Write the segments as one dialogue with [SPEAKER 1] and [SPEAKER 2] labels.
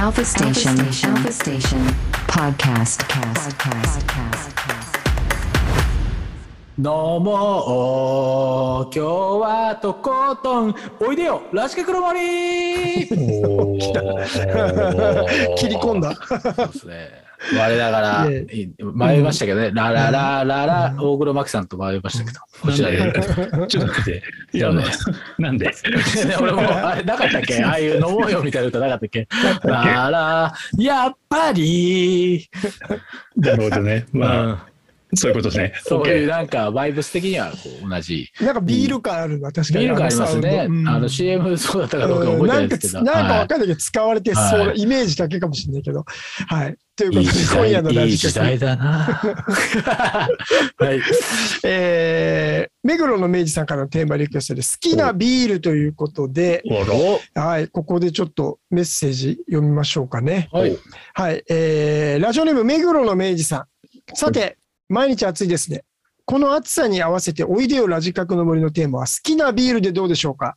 [SPEAKER 1] Alpha Station. Alpha Station. Podcast. Podcast. Podcast.
[SPEAKER 2] どうも今日はとことんおいでよラシカ黒森
[SPEAKER 3] 切り込んだ。
[SPEAKER 2] そうですね我ながら
[SPEAKER 3] ね
[SPEAKER 2] い迷いましたけどね、ラララララ大黒摩季さんと迷いましたけどこちらで
[SPEAKER 4] ちょっと待って。い
[SPEAKER 2] や
[SPEAKER 4] や
[SPEAKER 2] ね
[SPEAKER 4] ね、なんで
[SPEAKER 2] ね 俺もあれなかった っけああいう飲もうよみたいな歌なかったっけララやっぱり、
[SPEAKER 4] なるほどね。ま
[SPEAKER 2] う
[SPEAKER 4] あ、
[SPEAKER 2] ん
[SPEAKER 4] そういうことね。
[SPEAKER 2] そういう
[SPEAKER 4] OK
[SPEAKER 2] なんかバイブス的にはこう同じ
[SPEAKER 3] なんかビール感あるな、確かに。
[SPEAKER 2] ビールがありますね
[SPEAKER 3] のサウンド
[SPEAKER 2] あ
[SPEAKER 3] う
[SPEAKER 2] の
[SPEAKER 3] ん
[SPEAKER 2] CM そうだったかどうか覚えてないですけど
[SPEAKER 3] うんなんかつなんか
[SPEAKER 2] はい
[SPEAKER 3] わかんないけど、使われてそうな
[SPEAKER 2] は
[SPEAKER 3] イメージだけかもしれないけど。はい。ということ
[SPEAKER 2] いい
[SPEAKER 3] で、
[SPEAKER 2] 時
[SPEAKER 3] 今夜の
[SPEAKER 2] 代
[SPEAKER 3] ラ
[SPEAKER 2] いい
[SPEAKER 3] ジ
[SPEAKER 2] 時
[SPEAKER 3] カセ。
[SPEAKER 2] 代だな。 はい。
[SPEAKER 3] えー目黒の明治さんからのテーマリクエストで、好きなビールということで、
[SPEAKER 4] お
[SPEAKER 3] はい、ここでちょっとメッセージ読みましょうかね。
[SPEAKER 2] はい。
[SPEAKER 3] はい、えーラジオネーム目黒の明治さん。さて、毎日暑いですね。この暑さに合わせて、おいでよラジカクの森のテーマは、好きなビールでどうでしょうか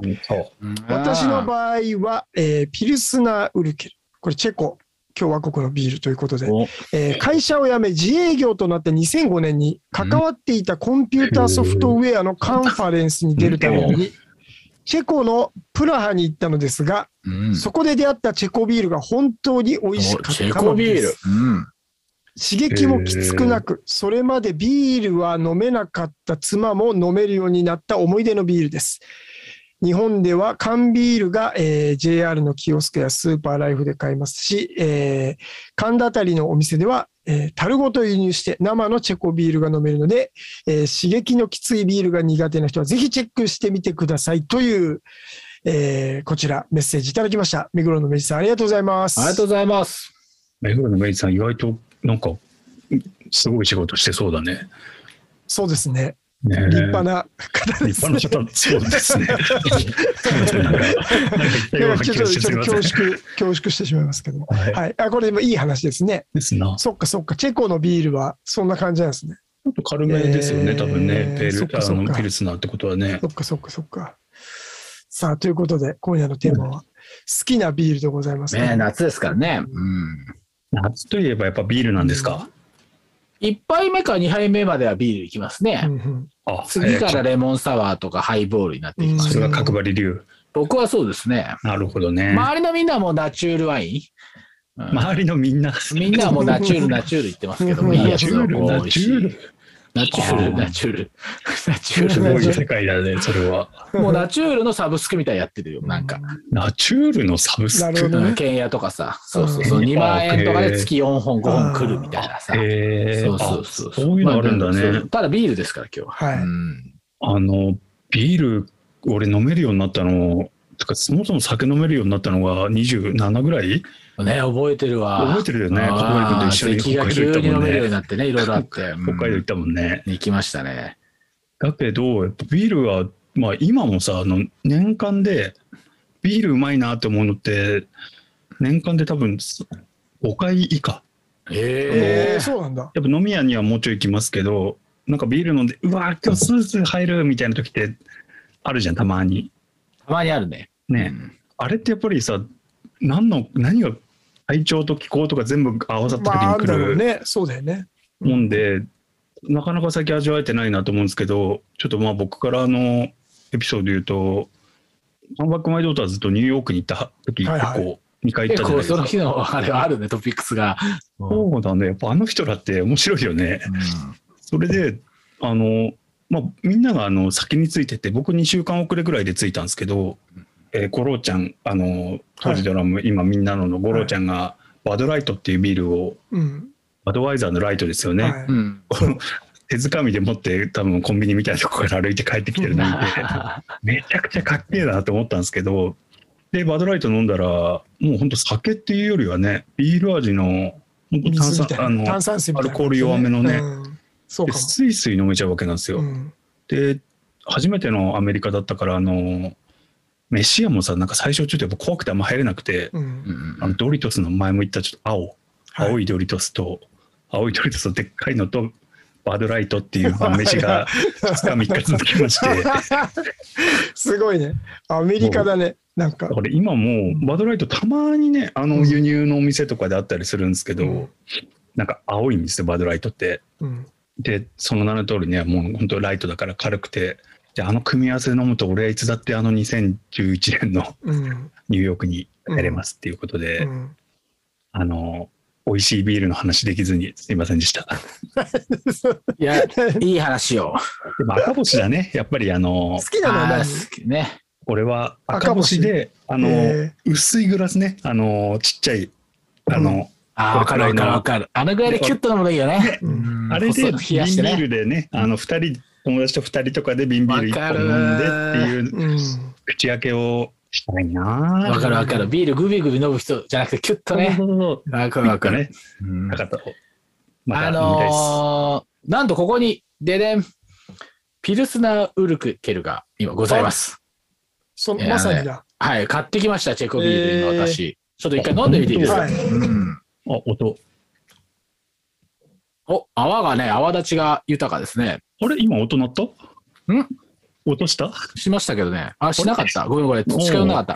[SPEAKER 4] ろ。
[SPEAKER 3] 私の場合は、えーピルスナーウルケル。これチェコ共和国のビールということで、
[SPEAKER 2] お
[SPEAKER 3] えー会社を辞め自営業となって2005年に関わっていたコンピューターソフトウェアのカンファレンスに出るために、チェコのプラハに行ったのですが、
[SPEAKER 2] うん
[SPEAKER 3] そこで出会ったチェコビールが本当に美
[SPEAKER 2] お
[SPEAKER 3] 味しかっ
[SPEAKER 2] チェ
[SPEAKER 3] た
[SPEAKER 2] コ
[SPEAKER 3] の
[SPEAKER 2] ビー
[SPEAKER 3] です
[SPEAKER 2] ル。。うん。
[SPEAKER 3] 刺激もきつくなく、それまでビールは飲めなかった妻も飲めるようになった思い出のビールです。日本では缶ビールが、えー JR のキオスクやスーパーライフで買えますし、えー、神田あたりのお店では、えー樽ごと輸入して生のチェコビールが飲めるので、えー刺激のきついビールが苦手な人はぜひチェックしてみてくださいという、えーこちらメッセージいただきました。目黒のメジさんありがとうございます。
[SPEAKER 2] ありがとうございます。
[SPEAKER 4] 目黒のメイさん、意外と、なんか、すごい仕事してそうだね。
[SPEAKER 3] そうですね。
[SPEAKER 4] ね
[SPEAKER 3] 立派な方です
[SPEAKER 4] 立派
[SPEAKER 3] ね
[SPEAKER 4] な。方、そうですね。なんか
[SPEAKER 3] いやちょっと
[SPEAKER 4] す
[SPEAKER 3] ち
[SPEAKER 4] み
[SPEAKER 3] ょっ
[SPEAKER 4] ま
[SPEAKER 3] と
[SPEAKER 4] せん
[SPEAKER 3] 恐縮、恐縮してしまいますけども。
[SPEAKER 4] はい
[SPEAKER 3] はい。あ、これでもいい話ですね。
[SPEAKER 4] ですな。ち
[SPEAKER 3] そっかそっか。チェコのビールはそんな感じなんですね。
[SPEAKER 4] ょっと軽めですよ
[SPEAKER 3] え
[SPEAKER 4] ね、
[SPEAKER 3] ー
[SPEAKER 4] 多分ね。ペ
[SPEAKER 3] そっ
[SPEAKER 4] ル
[SPEAKER 3] か
[SPEAKER 4] あ
[SPEAKER 3] そっか
[SPEAKER 4] のピルスナーってことはね
[SPEAKER 3] そ。っかそっかそっか。さあ、ということで、今夜のテーマは、好きなビールでございます
[SPEAKER 2] ね
[SPEAKER 3] ね。
[SPEAKER 2] 夏ですからね。うん。
[SPEAKER 4] 夏といえばやっぱビールなんですか。
[SPEAKER 2] 1杯目か2杯目まではビールいきます
[SPEAKER 3] う
[SPEAKER 2] ね
[SPEAKER 3] ん。うん
[SPEAKER 4] あ、
[SPEAKER 2] 次か
[SPEAKER 4] え
[SPEAKER 2] ら
[SPEAKER 4] ー
[SPEAKER 2] レモンサワーとかハイボールになっていきま
[SPEAKER 4] そ
[SPEAKER 2] す。
[SPEAKER 4] れが角張り流。
[SPEAKER 2] 僕はそうですね。
[SPEAKER 4] なるほどね。
[SPEAKER 2] 周りのみんなはもうナチュールワイン。うん
[SPEAKER 4] 周りのみんな。
[SPEAKER 2] みんなはもうナチュール、ナチュール言ってますけども、いいや
[SPEAKER 4] ナ
[SPEAKER 2] つ
[SPEAKER 4] チ
[SPEAKER 2] が
[SPEAKER 4] ュール、
[SPEAKER 2] こう美
[SPEAKER 4] ナ
[SPEAKER 2] 味
[SPEAKER 4] チ
[SPEAKER 2] し
[SPEAKER 4] ュー
[SPEAKER 2] い
[SPEAKER 4] ル。
[SPEAKER 2] ナチュール、
[SPEAKER 4] あー
[SPEAKER 2] ナチュール、ナチュ
[SPEAKER 4] す
[SPEAKER 2] ー
[SPEAKER 4] ご
[SPEAKER 2] ル、ナ
[SPEAKER 4] い
[SPEAKER 2] チュ
[SPEAKER 4] 世界だね、それは。
[SPEAKER 2] ール。もうナチュールのサブスクみたいにやってるよ、なんか。
[SPEAKER 4] ナチュールのサブス
[SPEAKER 3] なるほ
[SPEAKER 4] ク。
[SPEAKER 3] どね。
[SPEAKER 2] 剣屋とかさ、そうそうそう、
[SPEAKER 4] うん
[SPEAKER 2] 2万円とかで月4本、5本来るみたいなさ。
[SPEAKER 4] え
[SPEAKER 2] そう
[SPEAKER 4] ー、
[SPEAKER 2] そ
[SPEAKER 4] あ
[SPEAKER 2] う
[SPEAKER 4] そ
[SPEAKER 2] そう。
[SPEAKER 4] ういうのあるんだ
[SPEAKER 2] まあ
[SPEAKER 4] ね
[SPEAKER 2] そう。ただビールですから、今日は。
[SPEAKER 3] はい
[SPEAKER 2] うん
[SPEAKER 4] あの、ビール、俺飲めるようになったの、とか、そもそも酒飲めるようになったのが27ぐらい
[SPEAKER 2] ね、覚えてるわ。
[SPEAKER 4] 覚えてるよね
[SPEAKER 2] あー
[SPEAKER 4] 小林君と一緒に
[SPEAKER 2] 咳が急に飲めるようになってね、いろいろあって。
[SPEAKER 4] 北
[SPEAKER 2] うん
[SPEAKER 4] 海道行ったもんね。
[SPEAKER 2] 行きましたね。
[SPEAKER 4] だけど、やっぱビールは、まあ今もさ、あの、年間で、ビールうまいなって思うのって、年間で多分5回以下。
[SPEAKER 3] え
[SPEAKER 2] え
[SPEAKER 3] ー、そうなんだ。
[SPEAKER 4] やっぱ飲み屋にはもうちょい行きますけど、なんかビール飲んで、うわー、今日スーツ入るみたいな時ってあるじゃん、たまに。
[SPEAKER 2] たまにあるね。
[SPEAKER 4] ね、あれってやっぱりさ、何の、何が体調と気候とか全部合わさっ
[SPEAKER 3] まあ、あ
[SPEAKER 4] た
[SPEAKER 3] る
[SPEAKER 4] 時に
[SPEAKER 3] だろ
[SPEAKER 4] 来
[SPEAKER 3] う
[SPEAKER 4] る
[SPEAKER 3] ね。そうだよね。
[SPEAKER 4] もんで、なかなか最近味わえてないなと思うんですけど、ちょっとまあ僕からあのエピソードで言うと、ハンバックマイドーターズとニューヨークに行った時、
[SPEAKER 3] はいはい
[SPEAKER 4] 結構2回行っ
[SPEAKER 2] 結
[SPEAKER 4] たじゃない
[SPEAKER 2] 構
[SPEAKER 4] です
[SPEAKER 2] その
[SPEAKER 4] か。
[SPEAKER 2] 日のあれはあるね、トピックスが。うん
[SPEAKER 4] そうだね、やっぱあの人らって面白いよね。それで、あの、まあ、みんながあの先についてて、僕2週間遅れぐらいで着いたんですけど、えー、五郎ちゃん、あの、当時ドラム、今みんなのの五郎ちゃんが、バドライトっていうビールを、
[SPEAKER 3] うん。
[SPEAKER 4] バドワイザーのライトですよね。
[SPEAKER 3] はい
[SPEAKER 2] うん。
[SPEAKER 4] この手づかみで持って、多分コンビニみたいなとこから歩いて帰ってきてるなんて、めちゃくちゃかっけえなと思ったんですけど、で、バドライト飲んだら、もう本当酒っていうよりはね、ビール味の、本当炭
[SPEAKER 3] 水みたい
[SPEAKER 4] 酸、あ
[SPEAKER 3] な
[SPEAKER 4] の、
[SPEAKER 3] 炭酸水みたいな。
[SPEAKER 4] アルコール弱めのね
[SPEAKER 3] うんそう
[SPEAKER 4] で
[SPEAKER 3] かも。
[SPEAKER 4] スイスイ飲めちゃうわけなんですよ。
[SPEAKER 3] うん
[SPEAKER 4] で初めてのアメリカだったからあのメシアもさなんか最初ちょっとやっぱ怖くてあんま入れなくて、
[SPEAKER 3] うん
[SPEAKER 2] うん
[SPEAKER 4] あのドリトスの前も言ったちょっと青、
[SPEAKER 3] はい
[SPEAKER 4] 青いドリトスと青いドリトスのでっかいのとバードライトっていう晩飯が2日3日続きま して、
[SPEAKER 3] すごいね。アメリカだね。なんか。
[SPEAKER 4] これ今もうバードライトたまにね、あの輸入のお店とかであったりするんですけど、
[SPEAKER 3] うん
[SPEAKER 4] なんか青いんですよ、バードライトって。
[SPEAKER 3] うん、
[SPEAKER 4] で、その名の通りね、もう本当ライトだから軽くて、で、あの組み合わせで飲むと俺はいつだってあの2011年の
[SPEAKER 3] うん、
[SPEAKER 4] ニューヨークに帰れますっていうことで、
[SPEAKER 3] うん。
[SPEAKER 4] あの、美味しいビールの話できずにすいませんでした。
[SPEAKER 2] いや、いい話を。
[SPEAKER 4] でも赤星だね、やっぱりあの
[SPEAKER 3] 好、きなのは
[SPEAKER 2] あ
[SPEAKER 3] 何
[SPEAKER 2] ー好きね。
[SPEAKER 4] 俺は赤星で、あの、
[SPEAKER 3] え
[SPEAKER 4] 薄いグラスね、あの、ちっちゃい、あの、
[SPEAKER 2] ああ、わ
[SPEAKER 4] こ
[SPEAKER 2] か
[SPEAKER 4] れく
[SPEAKER 2] る
[SPEAKER 4] ら
[SPEAKER 2] わ
[SPEAKER 4] いの
[SPEAKER 2] かるわかる。あのぐらいでキュッと飲むべきよね。
[SPEAKER 3] うん
[SPEAKER 4] あれ
[SPEAKER 2] 細
[SPEAKER 4] で瓶ビ
[SPEAKER 2] く冷やして
[SPEAKER 4] ー
[SPEAKER 2] ね。
[SPEAKER 4] ルでね、あの、二人、友達と2人とかで瓶ビール1本飲んでっていう
[SPEAKER 3] うん
[SPEAKER 4] 口開けをしたいなぁ
[SPEAKER 2] わかるわかる。ビールグビグビ飲む人じゃなくて、キュッとね
[SPEAKER 4] そ。うそうそう
[SPEAKER 2] わかる
[SPEAKER 4] な
[SPEAKER 2] わ
[SPEAKER 4] ん
[SPEAKER 2] か
[SPEAKER 4] か
[SPEAKER 2] る。
[SPEAKER 4] ね、
[SPEAKER 2] うん
[SPEAKER 4] なかった。また
[SPEAKER 2] あ
[SPEAKER 4] 飲みたいです。
[SPEAKER 2] のーなんとここに、ででん、ピルスナーウルクケルが今ございます。
[SPEAKER 3] そ
[SPEAKER 2] いや
[SPEAKER 3] まさにだ。
[SPEAKER 2] はい、買ってきました、チェコビール、今
[SPEAKER 3] えー
[SPEAKER 2] 私。ちょっと一回飲んでみていいですか、
[SPEAKER 3] はい。
[SPEAKER 2] うん
[SPEAKER 4] あ、音。
[SPEAKER 2] お、泡がね、泡立ちが豊かですね。
[SPEAKER 4] あれ今音鳴ったん音した
[SPEAKER 2] しましたけどね。あ、しなかった。ごめんごめん。
[SPEAKER 4] おー
[SPEAKER 2] 近寄んなかった。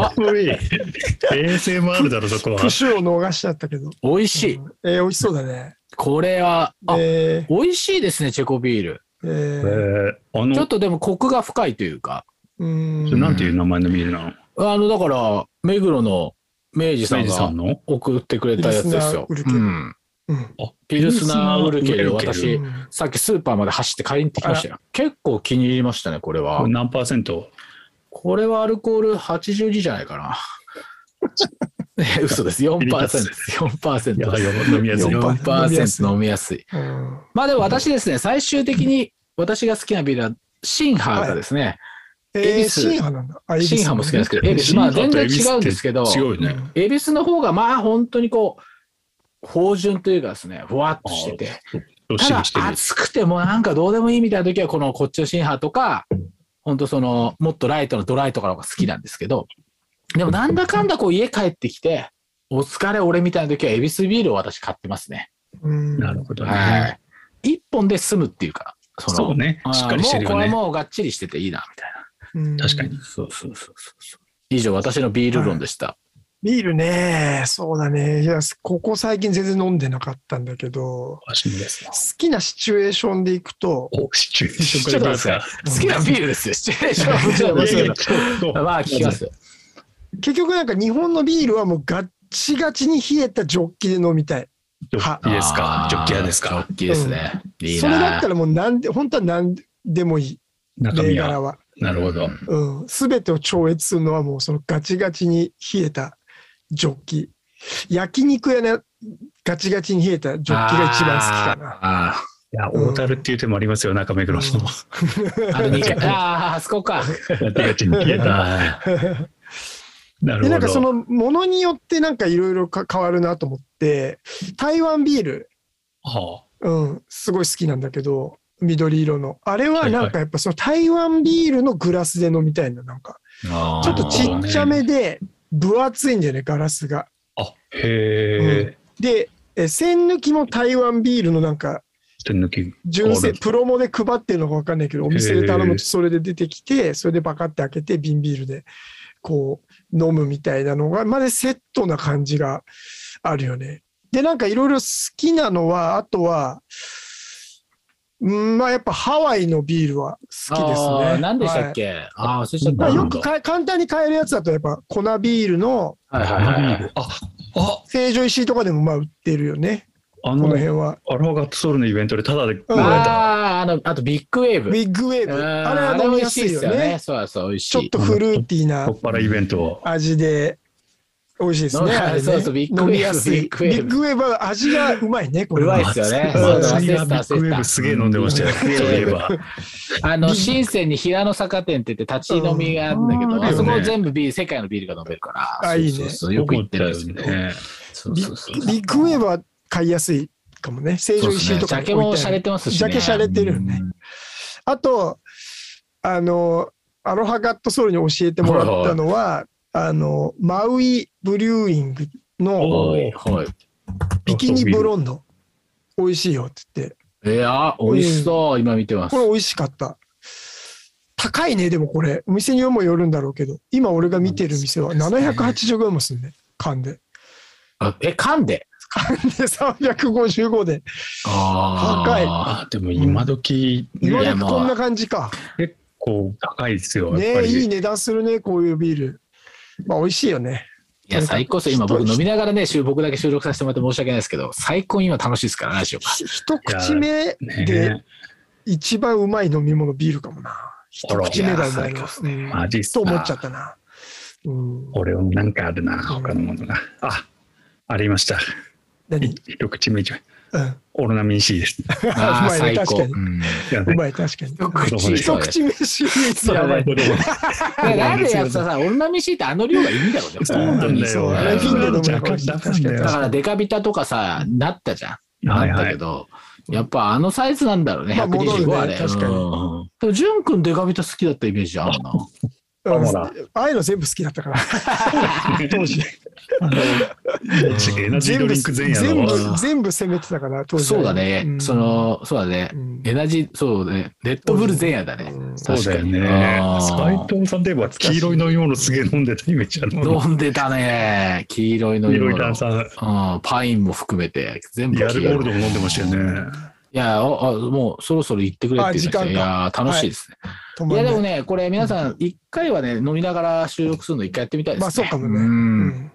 [SPEAKER 2] あ
[SPEAKER 4] お い ASMR だろ、そこは
[SPEAKER 3] プ。シュを逃しちゃったけど。
[SPEAKER 2] 美味しい。
[SPEAKER 3] うんえー、美味しそうだね。
[SPEAKER 2] これは、あ、
[SPEAKER 3] え
[SPEAKER 2] 美味しいですね、チェコビール。
[SPEAKER 3] ー、え
[SPEAKER 4] え
[SPEAKER 3] ー
[SPEAKER 4] ー、あ
[SPEAKER 2] ちょ
[SPEAKER 4] の
[SPEAKER 2] っ、とでもコクが深いというか。
[SPEAKER 3] う
[SPEAKER 4] それ
[SPEAKER 3] ん。
[SPEAKER 4] なんていう名前のビールなの
[SPEAKER 2] あの、だから、目黒の明治さ
[SPEAKER 4] 明
[SPEAKER 2] ん
[SPEAKER 4] 治さん
[SPEAKER 2] が
[SPEAKER 4] の
[SPEAKER 2] 送ってくれたやつですよ。
[SPEAKER 3] ピルスナーウル
[SPEAKER 2] う
[SPEAKER 3] ケル
[SPEAKER 2] ん
[SPEAKER 3] うん
[SPEAKER 2] ピルスナーウルケル、
[SPEAKER 4] ピルスナーウルケ
[SPEAKER 2] 私、さっきスーパーまで走って買いに行ってきましたよ。結構気に入りましたね、これは
[SPEAKER 4] これ。何パーセント
[SPEAKER 2] これはアルコール82じゃないか な。ね嘘です。4%です。4%
[SPEAKER 4] やばい
[SPEAKER 2] です。
[SPEAKER 4] やばい飲みやすい。
[SPEAKER 3] よ
[SPEAKER 2] 4%飲みやすい。
[SPEAKER 3] うん
[SPEAKER 2] まあでも私ですね、最終的に私が好きなビールは、シンハーがですね、
[SPEAKER 3] えー、
[SPEAKER 2] 恵比寿
[SPEAKER 3] シンハなんだ。あ、
[SPEAKER 2] シンハーも好きなんですけど、エビス、まあ全然違うんですけど、
[SPEAKER 4] 違うよね。
[SPEAKER 2] エビスの方がまあ本当にこう、芳醇というかですね、ふわっとしてて、
[SPEAKER 4] どったし
[SPEAKER 2] だ
[SPEAKER 4] りしてる。
[SPEAKER 2] 暑くてもなんかどうでもいいみたいな時は、このこっちのシンハーとか、本当その、もっとライトのドライとかの方が好きなんですけど、でもなんだかんだこう家帰ってきて、お疲れ俺みたいな時はエビスビールを私買ってますね。
[SPEAKER 3] うん。
[SPEAKER 4] なるほど
[SPEAKER 2] は
[SPEAKER 4] ね。
[SPEAKER 2] い。一本で済むっていうか、その
[SPEAKER 4] そうね。しっかりしてる
[SPEAKER 2] あーもう
[SPEAKER 4] よ
[SPEAKER 2] これ
[SPEAKER 4] ね。
[SPEAKER 2] もうがっちりしてていいな、みたい
[SPEAKER 3] うん
[SPEAKER 4] 確かに。
[SPEAKER 2] な。そうそうそうそう。以上、私のビール論でした。
[SPEAKER 3] ビールね、そうだね。いや、ここ最近全然飲んでなかったんだけど、
[SPEAKER 4] 私もです
[SPEAKER 3] 好。きなシチュエーションでいくと、
[SPEAKER 4] お、シチュエーション
[SPEAKER 2] ちょっと
[SPEAKER 4] からいきま
[SPEAKER 2] 待
[SPEAKER 4] す
[SPEAKER 2] ってくだ
[SPEAKER 4] か
[SPEAKER 2] さ。い。好きなビールですよ。シチュエーションはもちろん面白いけどまあ、聞きます。
[SPEAKER 3] 結局なんか日本のビールはもうガッチガチに冷えたジョッキで飲みたい。
[SPEAKER 4] ジョッキーですか
[SPEAKER 2] あ。ー
[SPEAKER 4] ジョッキ屋ですか。
[SPEAKER 2] ジョッキーですね。いい
[SPEAKER 3] そ
[SPEAKER 2] な。
[SPEAKER 3] れだったらもう何で、本当は何でもいい。
[SPEAKER 4] 中
[SPEAKER 3] 銘
[SPEAKER 4] 身
[SPEAKER 3] 柄
[SPEAKER 4] は。
[SPEAKER 3] は。
[SPEAKER 4] なるほど。
[SPEAKER 3] うん。すべてを超越するのはもうそのガチガチに冷えたジョッキ。焼肉屋のガチガチに冷えたジョッキが一番好きかな。
[SPEAKER 2] あー
[SPEAKER 4] いや、大樽っていう手もありますよ、中目黒の。
[SPEAKER 2] あーあの 二階あー、あそこか。
[SPEAKER 4] ガチガ チに消えた。な
[SPEAKER 3] で、な
[SPEAKER 4] る
[SPEAKER 3] んかそ
[SPEAKER 4] ほど。
[SPEAKER 3] のものによってなんかいろいろか変わるなと思って、台湾ビール。
[SPEAKER 4] は
[SPEAKER 3] うん、すごい好きなんだけど、緑色の。あれはなんかやっぱその台湾ビールのグラスで飲みたいの、なんか。
[SPEAKER 2] あー
[SPEAKER 3] ちょっとちっちゃめで、分厚いんじゃね、ガラスが。
[SPEAKER 4] ああ、へえ。
[SPEAKER 3] で、え栓抜きも台湾ビールのなんか、
[SPEAKER 4] 手抜き。
[SPEAKER 3] 純
[SPEAKER 4] あ
[SPEAKER 3] 正、
[SPEAKER 4] る
[SPEAKER 3] プロモで配ってるのかわかんないけど、お店で頼むとそれで出てきて、それでバカって開けて、瓶ビールで、こう、飲むみたいなのが、までセットな感じがあるよね。で、なんかいろいろ好きなのは、あとは、うんまあやっぱハワイのビールは好きです
[SPEAKER 2] あー
[SPEAKER 3] ね。
[SPEAKER 2] 何でした
[SPEAKER 3] は
[SPEAKER 2] っ
[SPEAKER 3] い
[SPEAKER 2] け、ああ、忘れちゃっ
[SPEAKER 3] ま
[SPEAKER 2] た。
[SPEAKER 3] あ、
[SPEAKER 4] なるほ
[SPEAKER 3] よ
[SPEAKER 4] ど
[SPEAKER 3] くか簡単に買えるやつだと、やっぱ粉ビールの
[SPEAKER 2] はいはいはいはい。
[SPEAKER 4] あ、あ、
[SPEAKER 3] 成城石井とかでもまあ売ってるよね。
[SPEAKER 4] あ
[SPEAKER 3] この
[SPEAKER 4] の、
[SPEAKER 3] 辺は。
[SPEAKER 4] アロハガットソウルのイベントでタダでもらえた。
[SPEAKER 2] ああ、あの、あとビッグウェーブ。
[SPEAKER 3] ウィッグウェーブ。
[SPEAKER 2] うん
[SPEAKER 3] あれは飲みやすいよ
[SPEAKER 2] あれ美
[SPEAKER 3] ね。
[SPEAKER 2] 味しいですよそうそう、美味しい。
[SPEAKER 3] ちょっとフルーティーな
[SPEAKER 4] 太。っ腹イベントを。
[SPEAKER 3] 味で美味しいですね。
[SPEAKER 2] 飲み
[SPEAKER 3] あれね
[SPEAKER 2] そうそうビッグ
[SPEAKER 3] 飲
[SPEAKER 2] ウェーブ
[SPEAKER 3] みやすい。
[SPEAKER 2] ビ
[SPEAKER 3] ビ
[SPEAKER 2] ッグウェー
[SPEAKER 3] ッグ
[SPEAKER 2] ブ
[SPEAKER 3] ウェーブは味がうまいね、これ
[SPEAKER 2] うまい
[SPEAKER 3] は
[SPEAKER 2] っ。すよね。
[SPEAKER 4] 松
[SPEAKER 2] そう
[SPEAKER 4] 井
[SPEAKER 2] だ忘れて
[SPEAKER 4] がビ
[SPEAKER 2] た
[SPEAKER 4] ッ
[SPEAKER 2] 忘
[SPEAKER 4] グウ
[SPEAKER 2] れて
[SPEAKER 4] ェーブ
[SPEAKER 2] た
[SPEAKER 4] すげえ飲んでましたよ。そういえば。
[SPEAKER 2] あの、深センに平野坂店って言って立ち飲みがあるんだけど、
[SPEAKER 4] うん
[SPEAKER 2] あそこ全部ビール、世界のビールが飲めるから。
[SPEAKER 3] あいいね
[SPEAKER 2] そうそうそうよく行ってるんですけど。
[SPEAKER 4] ね。
[SPEAKER 2] そう
[SPEAKER 3] ビ
[SPEAKER 2] そうそう。
[SPEAKER 3] ビッグウェーブは買いやすいかもね。成
[SPEAKER 2] そ
[SPEAKER 3] 城
[SPEAKER 2] うっす
[SPEAKER 3] 石井
[SPEAKER 2] ね
[SPEAKER 3] と
[SPEAKER 2] ジ
[SPEAKER 3] か
[SPEAKER 2] ャ
[SPEAKER 3] に置いて
[SPEAKER 2] ケも洒落てますしね。
[SPEAKER 3] ジャケ洒落てるよね
[SPEAKER 2] うん。
[SPEAKER 3] あと、あの、アロハガットソウルに教えてもらったのは、あの、マウイブリューイングの
[SPEAKER 4] お
[SPEAKER 2] はいはい。
[SPEAKER 3] ビキニブロンド。美味しいよって言って。
[SPEAKER 2] いや、美味しそう、今見てます
[SPEAKER 3] こ。れ美味しかった。高いね、でもこれ。お店にもよるんだろうけど、今俺が見てる店は
[SPEAKER 4] そうですね
[SPEAKER 3] 780円もすんね。缶で。
[SPEAKER 2] あえ、噛んで。
[SPEAKER 3] 缶で355で。
[SPEAKER 2] あー
[SPEAKER 3] 高い
[SPEAKER 4] あでも今時、ね
[SPEAKER 3] 今
[SPEAKER 2] いや
[SPEAKER 3] 時
[SPEAKER 2] もう
[SPEAKER 3] こんな感じか。
[SPEAKER 4] 結構高いですよ、やっぱ
[SPEAKER 3] ね
[SPEAKER 4] り。
[SPEAKER 3] いい値段するね、こういうビール。まあ美味しいよね。
[SPEAKER 2] いや、最高ですよ。今僕飲みながらね、収僕だけ収録させてもらって申し訳ないですけど、最高に今楽しいですから、ラジオが。
[SPEAKER 3] ひ一口目
[SPEAKER 4] ね
[SPEAKER 3] で一番うまい飲み物ビールかもな。一
[SPEAKER 4] あら
[SPEAKER 3] 口目がうまい
[SPEAKER 2] いや最高
[SPEAKER 3] の
[SPEAKER 2] っ。す
[SPEAKER 3] うん
[SPEAKER 4] マジっす
[SPEAKER 3] と
[SPEAKER 4] な
[SPEAKER 3] 思っちゃったな。うん、
[SPEAKER 4] 俺もなんかあるな、他のものが。あ、ありました。
[SPEAKER 3] 何、
[SPEAKER 4] 一口目一枚。
[SPEAKER 3] うん
[SPEAKER 4] オロナミン C です。
[SPEAKER 2] ああ、
[SPEAKER 3] うまい
[SPEAKER 2] 最
[SPEAKER 3] ね確
[SPEAKER 2] 高。
[SPEAKER 3] かに
[SPEAKER 2] うん
[SPEAKER 4] いや
[SPEAKER 3] う
[SPEAKER 4] ね
[SPEAKER 3] まい、確かに。
[SPEAKER 4] 口
[SPEAKER 2] 一
[SPEAKER 3] 一
[SPEAKER 2] 口
[SPEAKER 3] 口飯
[SPEAKER 4] それはどうでも
[SPEAKER 2] いやなんでやっぱさ、オルナミシーってあの量がいいんだろうね。
[SPEAKER 4] そうなんだよ。
[SPEAKER 3] そう
[SPEAKER 2] あれフィンラン
[SPEAKER 3] ドの
[SPEAKER 4] 若干ダメなんだよ
[SPEAKER 2] だからデカビタとかさ、なったじゃん。
[SPEAKER 4] は
[SPEAKER 2] ない
[SPEAKER 4] はい
[SPEAKER 2] ったけど、やっぱあのサイズなんだろうね、
[SPEAKER 3] まあ戻るね
[SPEAKER 2] 125あれ。
[SPEAKER 3] 確かに
[SPEAKER 2] うんでも、淳君デカビタ好きだったイメージあるな。
[SPEAKER 3] うん
[SPEAKER 4] ほら
[SPEAKER 3] ああいうの全部好きだったから。 当時。
[SPEAKER 4] エナジードリンク前夜
[SPEAKER 3] 全
[SPEAKER 4] の。
[SPEAKER 3] 部、全部攻めてたから、当時。
[SPEAKER 2] そうだね、
[SPEAKER 3] ん
[SPEAKER 2] そ、の、そうだね
[SPEAKER 3] う。ん
[SPEAKER 2] エナジー、そうだね。レッドブル前夜だね。
[SPEAKER 3] うん
[SPEAKER 4] そうだよね。
[SPEAKER 2] 確かに
[SPEAKER 4] 斎藤さんといえば黄色い飲み物すげえ飲んでたイメージあるもんな。
[SPEAKER 2] 飲んでたね。黄色いの
[SPEAKER 4] 黄
[SPEAKER 2] 色
[SPEAKER 4] 色い
[SPEAKER 2] 々
[SPEAKER 4] 炭酸、
[SPEAKER 2] うん、パインも含めて、全部
[SPEAKER 4] リア
[SPEAKER 2] 黄
[SPEAKER 4] ル
[SPEAKER 2] 色
[SPEAKER 4] ゴ
[SPEAKER 2] い
[SPEAKER 4] ールドも飲んでましたよね。
[SPEAKER 2] いやおあ、もうそろそろ行ってくれって言ってました
[SPEAKER 3] あ時間か
[SPEAKER 2] いやー、楽しいですね。
[SPEAKER 3] 止
[SPEAKER 2] い
[SPEAKER 3] ま
[SPEAKER 2] や
[SPEAKER 3] ん
[SPEAKER 2] で
[SPEAKER 3] ない
[SPEAKER 2] もね、これ皆さん、一回はね、飲みながら収録するの一回やってみたいですね。
[SPEAKER 3] まあそうかもね
[SPEAKER 2] うん。
[SPEAKER 3] うん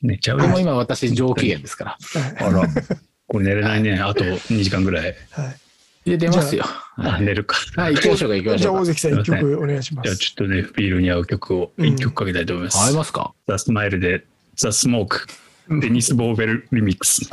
[SPEAKER 4] 寝ちゃう
[SPEAKER 2] でも
[SPEAKER 4] よ。
[SPEAKER 2] 今私上機嫌ですから。
[SPEAKER 4] あら、これ寝れないね。あと2時間ぐらい。
[SPEAKER 3] はい
[SPEAKER 2] で、出ますよ。
[SPEAKER 4] あ
[SPEAKER 2] はい
[SPEAKER 4] 寝るか。
[SPEAKER 2] はい、行きましょうか、行きま
[SPEAKER 3] じ
[SPEAKER 2] し
[SPEAKER 3] ゃあ、
[SPEAKER 2] ょ
[SPEAKER 3] 大
[SPEAKER 2] うか。
[SPEAKER 3] 関さん、一曲お願いしま
[SPEAKER 4] じゃあ
[SPEAKER 3] す。
[SPEAKER 4] ちょっとね、ビールに合う曲を1曲かけたいと思います。
[SPEAKER 2] 合いますか
[SPEAKER 4] ザ・スマイルで、ザ・スモーク、デニス・ボーベル・リミックス。